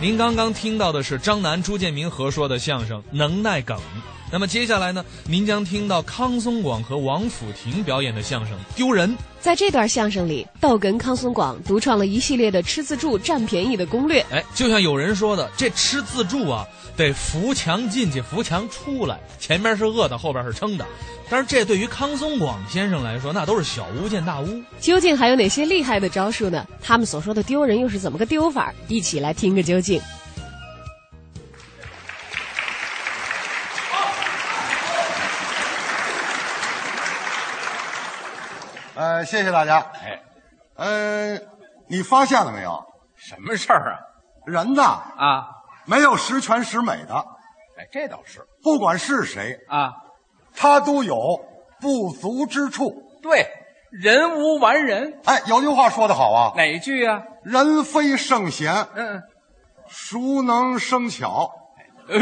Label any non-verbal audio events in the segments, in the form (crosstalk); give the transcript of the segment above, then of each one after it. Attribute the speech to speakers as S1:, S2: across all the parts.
S1: 您刚刚听到的是张楠、朱建民合说的相声《能耐梗》。那么接下来呢，您将听到康松广和王府亭表演的相声《丢人》。
S2: 在这段相声里，逗哏康松广独创了一系列的吃自助、占便宜的攻略。
S1: 哎，就像有人说的，这吃自助啊，得扶墙进去，扶墙出来，前面是饿的，后边是撑的。但是这对于康松广先生来说，那都是小巫见大巫。
S2: 究竟还有哪些厉害的招数呢？他们所说的丢人又是怎么个丢法儿？一起来听个究竟。
S3: 呃，谢谢大家。
S4: 哎，
S3: 呃，你发现了没有？
S4: 什么事儿啊？
S3: 人呐，
S4: 啊，
S3: 没有十全十美的，
S4: 哎，这倒是
S3: 不管是谁，
S4: 啊，
S3: 他都有不足之处。
S4: 对，人无完人，
S3: 哎，有句话说得好啊，
S4: 哪一句啊？
S3: 人非圣贤，
S4: 嗯，
S3: 孰能生巧？
S4: 呃，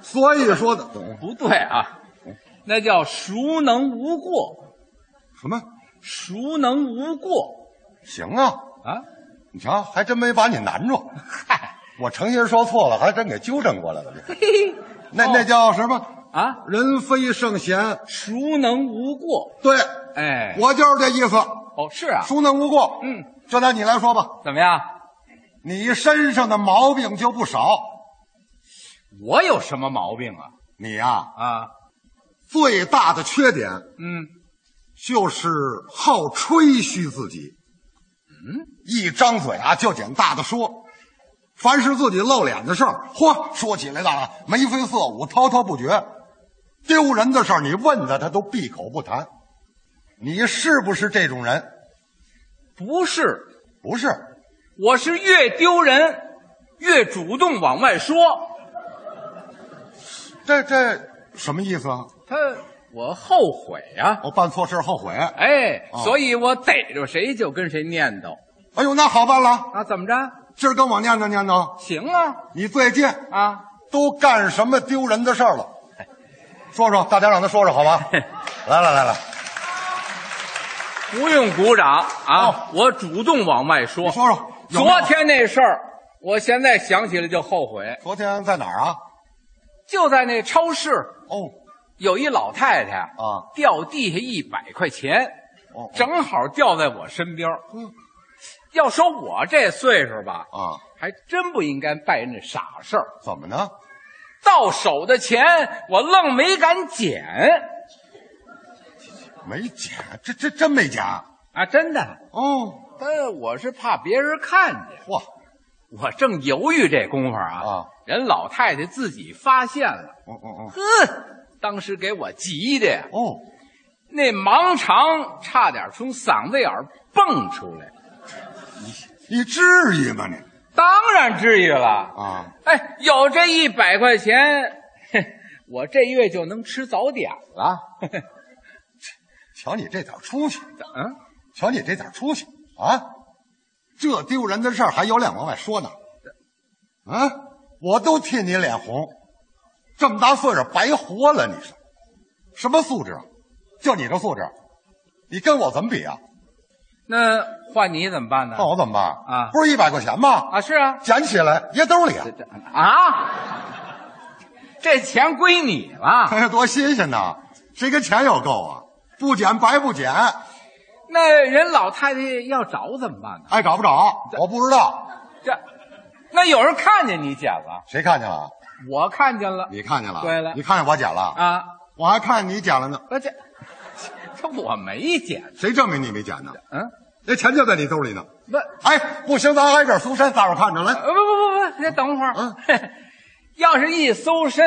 S3: 所以说的，懂
S4: 不对啊，那叫孰能无过，
S3: 什么？
S4: 孰能无过
S3: 行啊，
S4: 啊？
S3: 你瞧，还真没把你难住。
S4: 嗨，
S3: 我诚心说错了，还真给纠正过
S4: (laughs)
S3: 来了。这
S4: 嘿嘿，
S3: 那那叫什么？
S4: 啊，
S3: 人非圣贤。
S4: 孰能无过？
S3: 对，
S4: 哎，
S3: 我就是这意思，
S4: 哦，是啊，
S3: 孰能无过？
S4: 嗯，
S3: 就拿你来说吧。
S4: 怎么样？
S3: 你身上的毛病就不少。
S4: 我有什么毛病啊？
S3: 你呀、
S4: 啊，
S3: 最大的缺点
S4: 嗯，
S3: 就是好吹嘘自己。嗯，一张嘴啊就捡大的说，凡是自己露脸的事儿，嚯，说起来了眉飞色舞、滔滔不绝。丢人的事儿，你问他，他都闭口不谈。你是不是这种人？
S4: 不是，
S3: 不是，
S4: 我是越丢人越主动往外说。
S3: 这这什么意思啊？
S4: 他我后悔呀、
S3: 我办错事儿后悔。
S4: 哎，
S3: 哦
S4: 所以我逮着谁就跟谁念叨
S3: 哎呦，那好办了，
S4: 啊，怎么着？
S3: 今儿跟我念叨念叨，
S4: 行啊
S3: 你最近
S4: 啊，
S3: 都干什么丢人的事儿了？说说，大家让他说说好吧？来来来来，
S4: 不用鼓掌啊，
S3: 哦
S4: 我主动往外说。
S3: 你说说有没有
S4: 昨天那事儿，我现在想起来就后悔。
S3: 昨天在哪儿啊？
S4: 就在那超市，
S3: 哦
S4: 有一老太太
S3: 啊，
S4: 掉地下一百块钱，
S3: 哦
S4: 正好掉在我身边儿。
S3: 嗯
S4: 要说我这岁数吧，
S3: 啊，
S4: 还真不应该办人家傻事儿。
S3: 怎么呢？
S4: 到手的钱我愣没敢捡
S3: 没捡，这这真没捡。
S4: 啊，真的。
S3: 哦，
S4: 但我是怕别人看见，
S3: 嚯，
S4: 我正犹豫这功夫啊，
S3: 啊
S4: 人老太太自己发现了，
S3: 嗯嗯
S4: 呵，当时给我急的呀
S3: 嗯，，哦，
S4: 那盲肠差点从嗓子眼儿蹦出来。
S3: 你至于吗你？
S4: 当然至于了，
S3: 啊，
S4: 哎，有这一百块钱，嘿我这月就能吃早点了。
S3: 瞧你这点出息，
S4: (laughs) 嗯，
S3: 瞧你这点出息啊！这丢人的事儿还有脸往外说呢？啊，我都替你脸红，这么大岁数白活了，你说什么素质啊？就你这素质，你跟我怎么比啊？
S4: 那换你怎么办呢
S3: 那？我怎么办
S4: 啊
S3: 不是一百块钱吗？
S4: 啊，是啊，
S3: 捡起来掖兜里啊
S4: 这！这啊，这钱归你了。
S3: 哎呀， (laughs) 多新鲜呐！谁跟钱有够啊？不捡白不捡，
S4: 那人老太太要找怎么办呢？
S3: 爱找不找？我不知道，
S4: 这，那有人看见你捡了，
S3: 谁看见了？
S4: 我看见了
S3: 你看见了？
S4: 对了
S3: 你看见我捡了？
S4: 啊，
S3: 我还看见你捡了呢。
S4: 我这这我没捡，
S3: 谁证明你没捡呢？
S4: 嗯，
S3: 那钱就在你兜里呢。
S4: 不，
S3: 哎，不行，咱挨个搜身，大伙儿看着
S4: 呃
S3: 来。
S4: 不不不不，那等会儿，
S3: 嗯
S4: 要是一搜身，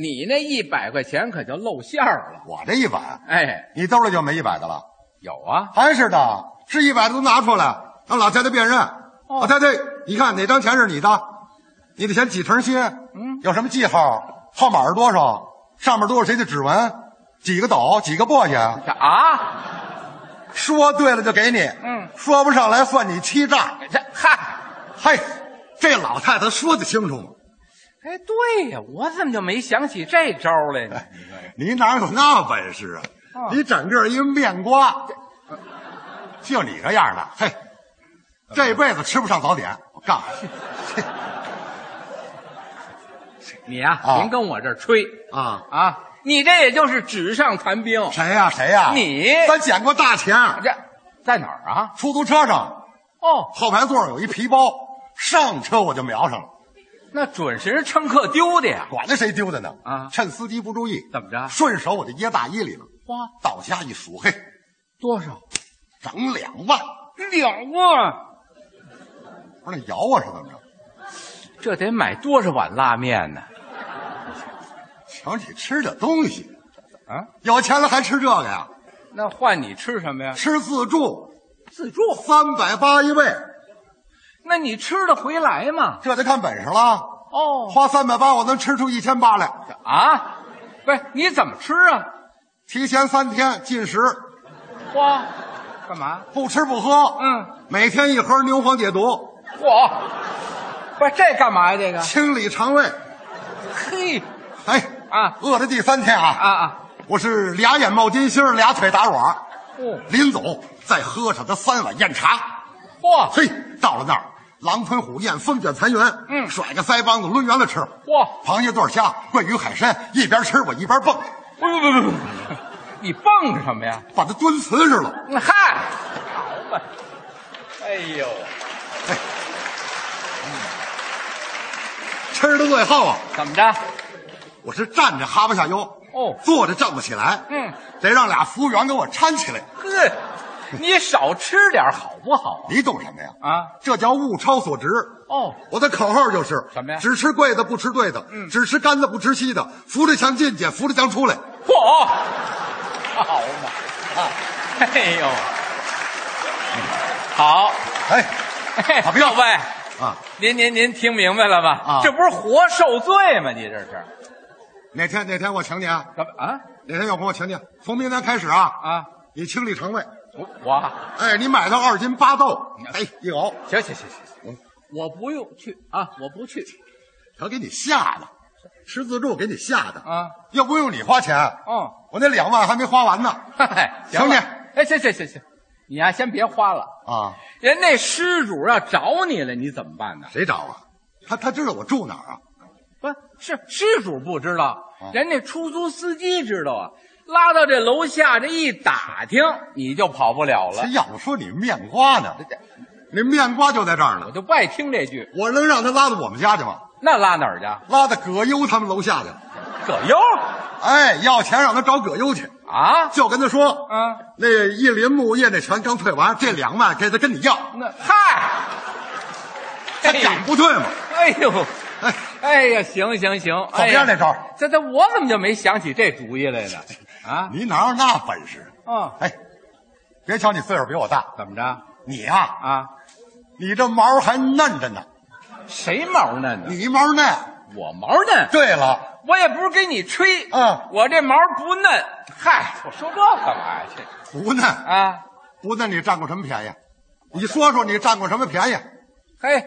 S4: 你那一百块钱可就露馅儿了。
S3: 我这一百，
S4: 哎，
S3: 你兜里就没一百的了？
S4: 有啊，
S3: 还是的，是一百的都拿出来，让老太太辨认。老太太，你看哪张钱是你的？你的钱几成新？嗯，有什么记号？号码是多少？上面都是谁的指纹？几个斗？几个簸箕？
S4: 这啊，
S3: 说对了就给你，
S4: 嗯，
S3: 说不上来算你欺诈。
S4: 这嗨，
S3: 嘿，这老太太说的清楚吗？
S4: 哎，对呀，我怎么就没想起这招来呢？
S3: 你哪有那本事啊？你整个一面瓜，
S4: 嗯
S3: 就你这样的，嘿，这辈子吃不上早点。我告诉你，
S4: 你呀、
S3: 啊
S4: 别跟我这儿吹
S3: 啊，
S4: 啊，你这也就是纸上谈兵。
S3: 谁呀、谁呀、
S4: 你
S3: 咱捡过大钱，
S4: 这在哪儿啊？
S3: 出租车上
S4: 哦，
S3: 后排座上有一皮包，上车我就瞄上了，
S4: 那准是人乘客丢的呀。
S3: 管他谁丢的呢
S4: 啊
S3: 趁司机不注意，
S4: 怎么着
S3: 顺手我就掖大衣里了，
S4: 花
S3: 倒下一数，嘿，
S4: 多少？
S3: 整两万，
S4: 两万，
S3: 不是那咬我是怎么着？
S4: 这得买多少碗拉面呢？
S3: 瞧你吃的东西
S4: 啊，
S3: 有钱了还吃这个呀？
S4: 那换你吃什么呀？
S3: 吃自助
S4: 自助。
S3: 三百八一位，
S4: 那你吃得回来吗？
S3: 这得看本事了。
S4: 哦，
S3: 花三百八，我能吃出一千八来。
S4: 啊，不是，你怎么吃啊？
S3: 提前三天禁食，
S4: 花，干嘛？
S3: 不吃不喝。
S4: 嗯，
S3: 每天一盒牛黄解毒，
S4: 嚯，不是这干嘛呀？这个，
S3: 清理肠胃。
S4: 嘿，
S3: 哎
S4: 啊
S3: 饿到第三天啊，
S4: 啊啊，
S3: 我是俩眼冒金星，俩腿打软。
S4: 哦，
S3: 临走再喝上他三碗酽茶。
S4: 嚯
S3: 嘿，到了那儿，狼吞虎咽，风卷残云。
S4: 嗯
S3: 甩个腮帮子抡圆了吃。
S4: 嚯，
S3: 螃蟹、对虾、鳜鱼、海参，一边吃我一边蹦，
S4: 不不不不，你蹦着什么呀？
S3: 把它蹲瓷实了。
S4: 嗨，哎呦，
S3: 吃的最后啊，
S4: 怎么着？
S3: 我是站着哈不下腰，
S4: 哦
S3: 坐着站不起来，
S4: 嗯，
S3: 得让俩服务员给我搀起来。
S4: 呵，你少吃点好不好
S3: 你懂什么呀？
S4: 啊？
S3: 这叫物超所值。
S4: 哦，
S3: 我的口号就是
S4: 什么呀
S3: 只吃贵的，不吃对的；
S4: 嗯
S3: 只吃干的，不吃稀的。扶着墙进去，扶着墙出来。
S4: 嚯，好嘛，啊，哎呦，好，
S3: 哎，
S4: 哎
S3: 好不要
S4: 各位，
S3: 啊，
S4: 您您您听明白了吧？
S3: 啊
S4: 这不是活受罪吗？你这是
S3: 哪天哪天我请你啊？
S4: 怎么啊
S3: 哪天有空我请你。从明天开始啊，
S4: 啊？
S3: 你清理肠胃。
S4: 我我
S3: 哎，你买到二斤八豆，
S4: 嗯
S3: 哎，一熬，
S4: 行行行行行，我不用去啊，我不去
S3: 他给你吓的，吃自助给你吓的。
S4: 啊。
S3: 要不用你花钱，
S4: 哦，
S3: 我那两万还没花完呢。
S4: 嗨， (laughs) 行
S3: 兄弟
S4: 了哎，行行行行，你呀、先别花了。
S3: 啊，
S4: 人那失主要找你了，你怎么办呢？
S3: 谁找啊？他他知道我住哪儿啊？
S4: 不是失主不知道，
S3: 啊
S4: 人那出租司机知道啊。拉到这楼下这一打听，你就跑不了了
S3: 谁。要不说你面瓜呢？那面瓜就在这儿
S4: 我
S3: 呢。
S4: 就不爱听这句。
S3: 我能让他拉到我们家去吗？
S4: 那拉哪儿去？啊
S3: 拉到葛优他们楼下去。
S4: (laughs) 葛优
S3: 哎，要钱让他找葛优去，
S4: 啊？
S3: 就跟他说，
S4: 嗯，
S3: 那一林木业那钱刚退完，这两万给他跟你要，
S4: 那嗨，
S3: 他敢不退吗？
S4: 哎呦，
S3: 哎，
S4: 哎呀，行行行，
S3: 怎么样这
S4: 哎呀
S3: 招儿？
S4: 这这我怎么就没想起这主意来呢？ (laughs) 啊
S3: 你哪有那本事？
S4: 啊，
S3: 哎，别瞧你岁数比我大，
S4: 怎么着
S3: 你呀、
S4: 啊？
S3: 你这毛还嫩着呢，
S4: 谁毛嫩呢？
S3: 你毛嫩。
S4: 我毛嫩，
S3: 对了。
S4: 我也不是给你吹，
S3: 嗯
S4: 我这毛不嫩。嗨，我说这干嘛呀？这
S3: 不嫩，
S4: 啊，
S3: 不嫩，你占过什么便宜？你说说你占过什么便宜
S4: 嘿，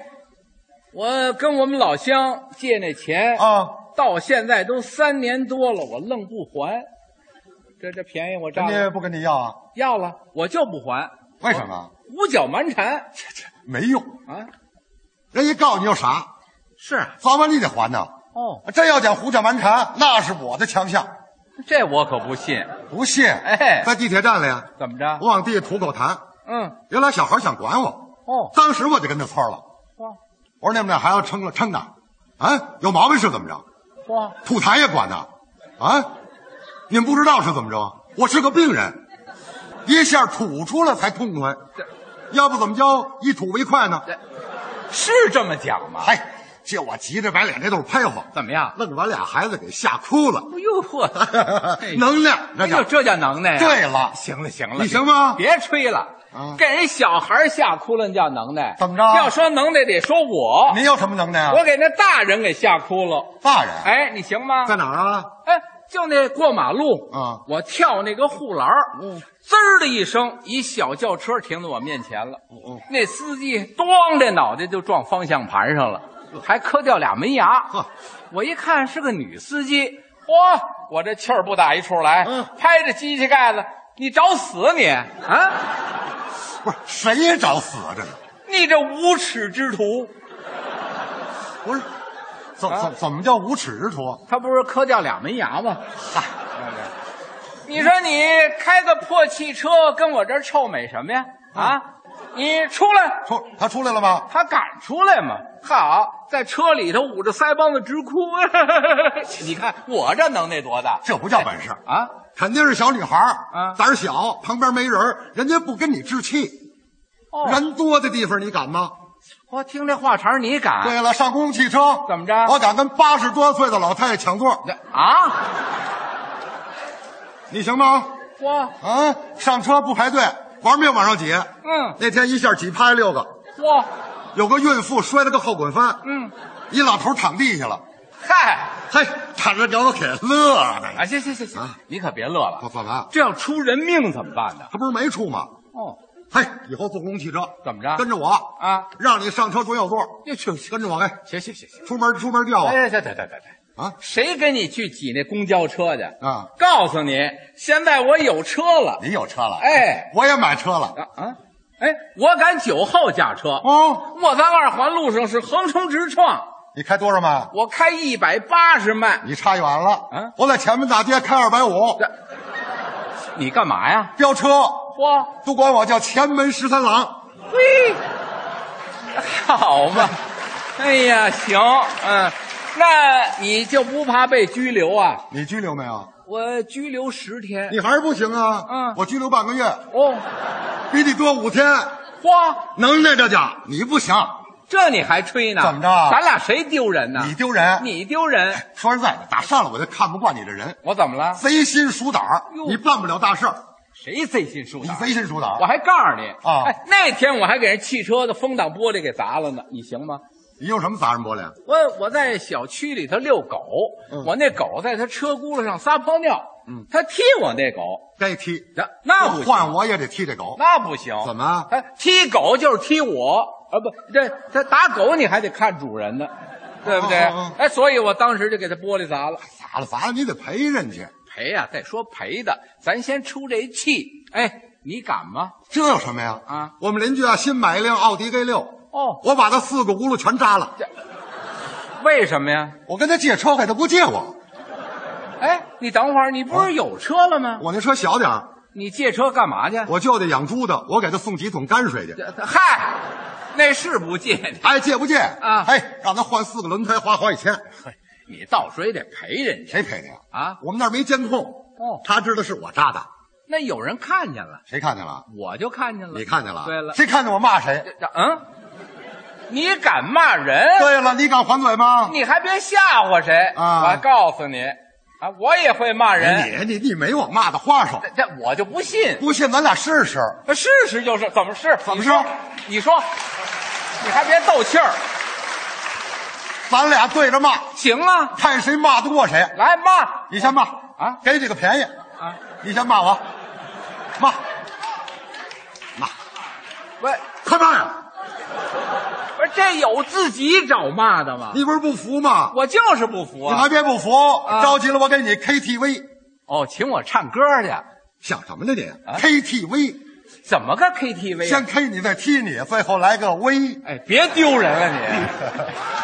S4: 我跟我们老乡借那钱，
S3: 啊？
S4: 到现在都三年多了，我愣不还。这这便宜我占
S3: 人家
S4: 了，
S3: 不跟你要啊？
S4: 要了我就不还，
S3: 为什么？
S4: 胡搅蛮缠
S3: 没用，
S4: 啊！
S3: 人家告你又傻，
S4: 是啊
S3: 早晚你得还呢。
S4: 哦，
S3: 真要讲胡搅蛮缠，那是我的强项。
S4: 这我可不信。
S3: 不信？
S4: 哎啊
S3: 在地铁站里，啊
S4: 怎么着
S3: 我？往地下吐口痰，
S4: 嗯，
S3: 有俩小孩想管我，
S4: 哦，
S3: 当时我就跟他蹿了。
S4: 花
S3: 我说你们俩还要撑了撑呢？啊，有毛病是怎么着？
S4: 花，
S3: 吐痰也管呢？啊，你们不知道是怎么着？我是个病人，一下吐出来才痛快，
S4: 这
S3: 要不怎么叫一吐为快呢？
S4: 是这么讲吗？
S3: 哎，这我急着把脸这都是拍话，
S4: 怎么样？
S3: 愣把俩孩子给吓哭了，，
S4: 哎呦嚯
S3: 能量那
S4: 哎
S3: 叫
S4: 呦，。这叫能耐呀！
S3: 对了
S4: 行了行了，
S3: 你行吗
S4: 别吹了
S3: 啊，
S4: 给人小孩吓哭了，那叫能耐。
S3: 怎么着
S4: 要说能耐，得说我，
S3: 您有什么能耐啊？
S4: 我给那大人给吓哭了。
S3: 大人
S4: 哎，你行吗？
S3: 在哪儿啊？
S4: 哎，就那过马路
S3: 啊
S4: 我跳那个护栏儿
S3: 嗯
S4: 滋儿的一声，一小轿车停在我面前了。
S3: 哦
S4: 那司机咣，这脑袋就撞方向盘上了，还磕掉俩门牙
S3: 呵。
S4: 我一看是个女司机，嚯，我这气儿不打一处来，
S3: 嗯
S4: 拍着机器盖子，你找死你啊！
S3: 不是谁找死啊？这是
S4: 你这无耻之徒！
S3: 不是？怎
S4: 啊
S3: 怎怎么叫无耻之徒？
S4: 他不是磕掉俩门牙吗？ (laughs) 你说你开个破汽车跟我这儿臭美什么呀？啊，你出来！
S3: 出他出来了吗？
S4: 他敢出来吗？好，在车里头捂着腮帮子直哭。 (laughs) 你看我这能耐多大
S3: 这不叫本事，
S4: 啊！
S3: 肯定是小女孩儿
S4: 啊
S3: 胆儿小，旁边没人儿，人家不跟你置气。
S4: 哦
S3: 人多的地方你敢吗？
S4: 我听这话茬儿你敢？
S3: 对了，上公共汽车
S4: 怎么着
S3: 我敢跟八十多岁的老太太抢座，
S4: 啊！
S3: 你行吗？
S4: 嚯，
S3: 啊，上车不排队，玩命往上挤。
S4: 嗯，
S3: 那天一下挤趴下六个，
S4: 嚯，
S3: 有个孕妇摔了个后滚翻，
S4: 嗯，
S3: 一老头躺地下了，
S4: 嗨，
S3: 嘿，躺着给我给乐的。
S4: 啊，行行行行
S3: 啊，
S4: 你可别乐了
S3: 我，怎么？
S4: 这要出人命怎么办呢？
S3: 他不是没出吗？
S4: 哦，
S3: 嘿，以后坐公共汽车
S4: 怎么着
S3: 跟着我
S4: 啊，
S3: 让你上车准有座，
S4: 又去
S3: 跟着我哎，
S4: 行行行行，
S3: 出门出门叫我
S4: 哎，对对对对对。
S3: 哦啊！
S4: 谁跟你去挤那公交车去？
S3: 啊，
S4: 告诉你，现在我有车了。
S3: 你有车了，
S4: 哎，
S3: 我也买车了
S4: 啊啊，哎，我敢酒后驾车。
S3: 哦。
S4: 我在二环路上是横冲直撞，
S3: 你开多少迈？
S4: 我开一百八十迈。
S3: 你差远了
S4: 啊
S3: 我在前门大街开二百五，
S4: 你干嘛呀？
S3: 飙车，
S4: 嚯，
S3: 都管我叫前门十三郎。
S4: 嘿，好嘛，哎呀，行，嗯，那你就不怕被拘留啊？
S3: 你拘留没有？
S4: 我拘留十天。
S3: 你还是不行啊！
S4: 嗯
S3: 我拘留半个月，
S4: 哦，
S3: 比你多五天，
S4: 嚯，
S3: 能耐这叫你不行，
S4: 这你还吹呢？
S3: 怎么着啊
S4: 咱俩谁丢人
S3: (laughs)
S4: 呢？
S3: 你丢人。
S4: 啊你丢人。
S3: 说实在的，打上来我就看不惯你这人，
S4: (laughs) 我怎么了？
S3: 贼心鼠胆儿
S4: 哟
S3: 你办不了大事儿。
S4: 谁贼心鼠
S3: 你
S4: 胆？
S3: 贼心鼠胆
S4: 我
S3: 儿，
S4: 还告诉你
S3: 啊
S4: 哎，那天我还给人汽车的风挡玻璃给砸了呢，你行吗？
S3: 你有什么砸人玻璃啊？
S4: 我我在小区里头遛狗，
S3: 嗯
S4: 我那狗在它车轱辘上撒泡尿，嗯，它踢我那狗，
S3: 该踢，
S4: 那那不
S3: 要
S4: 行
S3: 换我也得踢这狗。
S4: 那不行，
S3: 怎？么？
S4: 哎，踢狗就是踢我啊，不，这这打狗你还得看主人呢，对不对？
S3: 哦哦哦
S4: 哎，所以我当时就给它玻璃砸了，
S3: 砸了砸了，你得赔人家，
S4: 赔呀、再说赔的，咱先出这气，哎，你敢吗？
S3: 这有什么呀？
S4: 啊，
S3: 我们邻居啊，新买一辆奥迪 A 六，
S4: 哦，
S3: 我把他四个轱辘全扎了。
S4: 为什么呀？
S3: 我跟他借车费，他不借我。
S4: 哎，你等会儿，你
S3: 啊
S4: 不是有车了吗？
S3: 我那车小点儿，
S4: 你借车干嘛去？
S3: 我舅舅养猪的，我给他送几桶泔水去。
S4: 嗨，那是不借你，
S3: 哎，借不借
S4: 啊
S3: 哎，让他换四个轮胎，花好几千，
S4: 你到时候也得赔人家
S3: 谁赔的呀？
S4: 啊。
S3: 我们那儿没监控，
S4: 哦
S3: 他知道是我扎的，
S4: 那有人看见了，
S3: 谁看见了？
S4: 我就看见了，
S3: 你看见了？
S4: 对了，
S3: 谁看见我骂谁？
S4: 这嗯，你敢骂人？
S3: 对了，你敢还嘴吗？
S4: 你还别吓唬谁
S3: 啊哎
S4: 我告诉你，啊，我也会骂人，
S3: 你你你没我骂的花哨，
S4: 这这我就不信。
S3: 不信咱俩试试。
S4: 试试就是，怎么试？
S3: 怎么
S4: 你说
S3: 试？
S4: 你说，你还别斗气儿，
S3: 咱俩对着骂，
S4: 行啊，
S3: 看谁骂得过谁。
S4: 来骂
S3: 你先骂
S4: 啊
S3: 给你个便宜，
S4: 啊！
S3: 你先骂我，骂，骂，
S4: 喂。
S3: 快骂呀！
S4: 不是这有自己找骂的吗？
S3: 你不是不服吗？
S4: 我啊就是不服
S3: 你
S4: 啊
S3: 还！别不服，着急了我给你 KTV，
S4: 哦，请我唱歌去，
S3: 想什么呢你？KTV
S4: 怎么个 KTV？、
S3: 先
S4: 啊、
S3: K 你再踢你，最后来个 V，
S4: 哎，别丢人了你！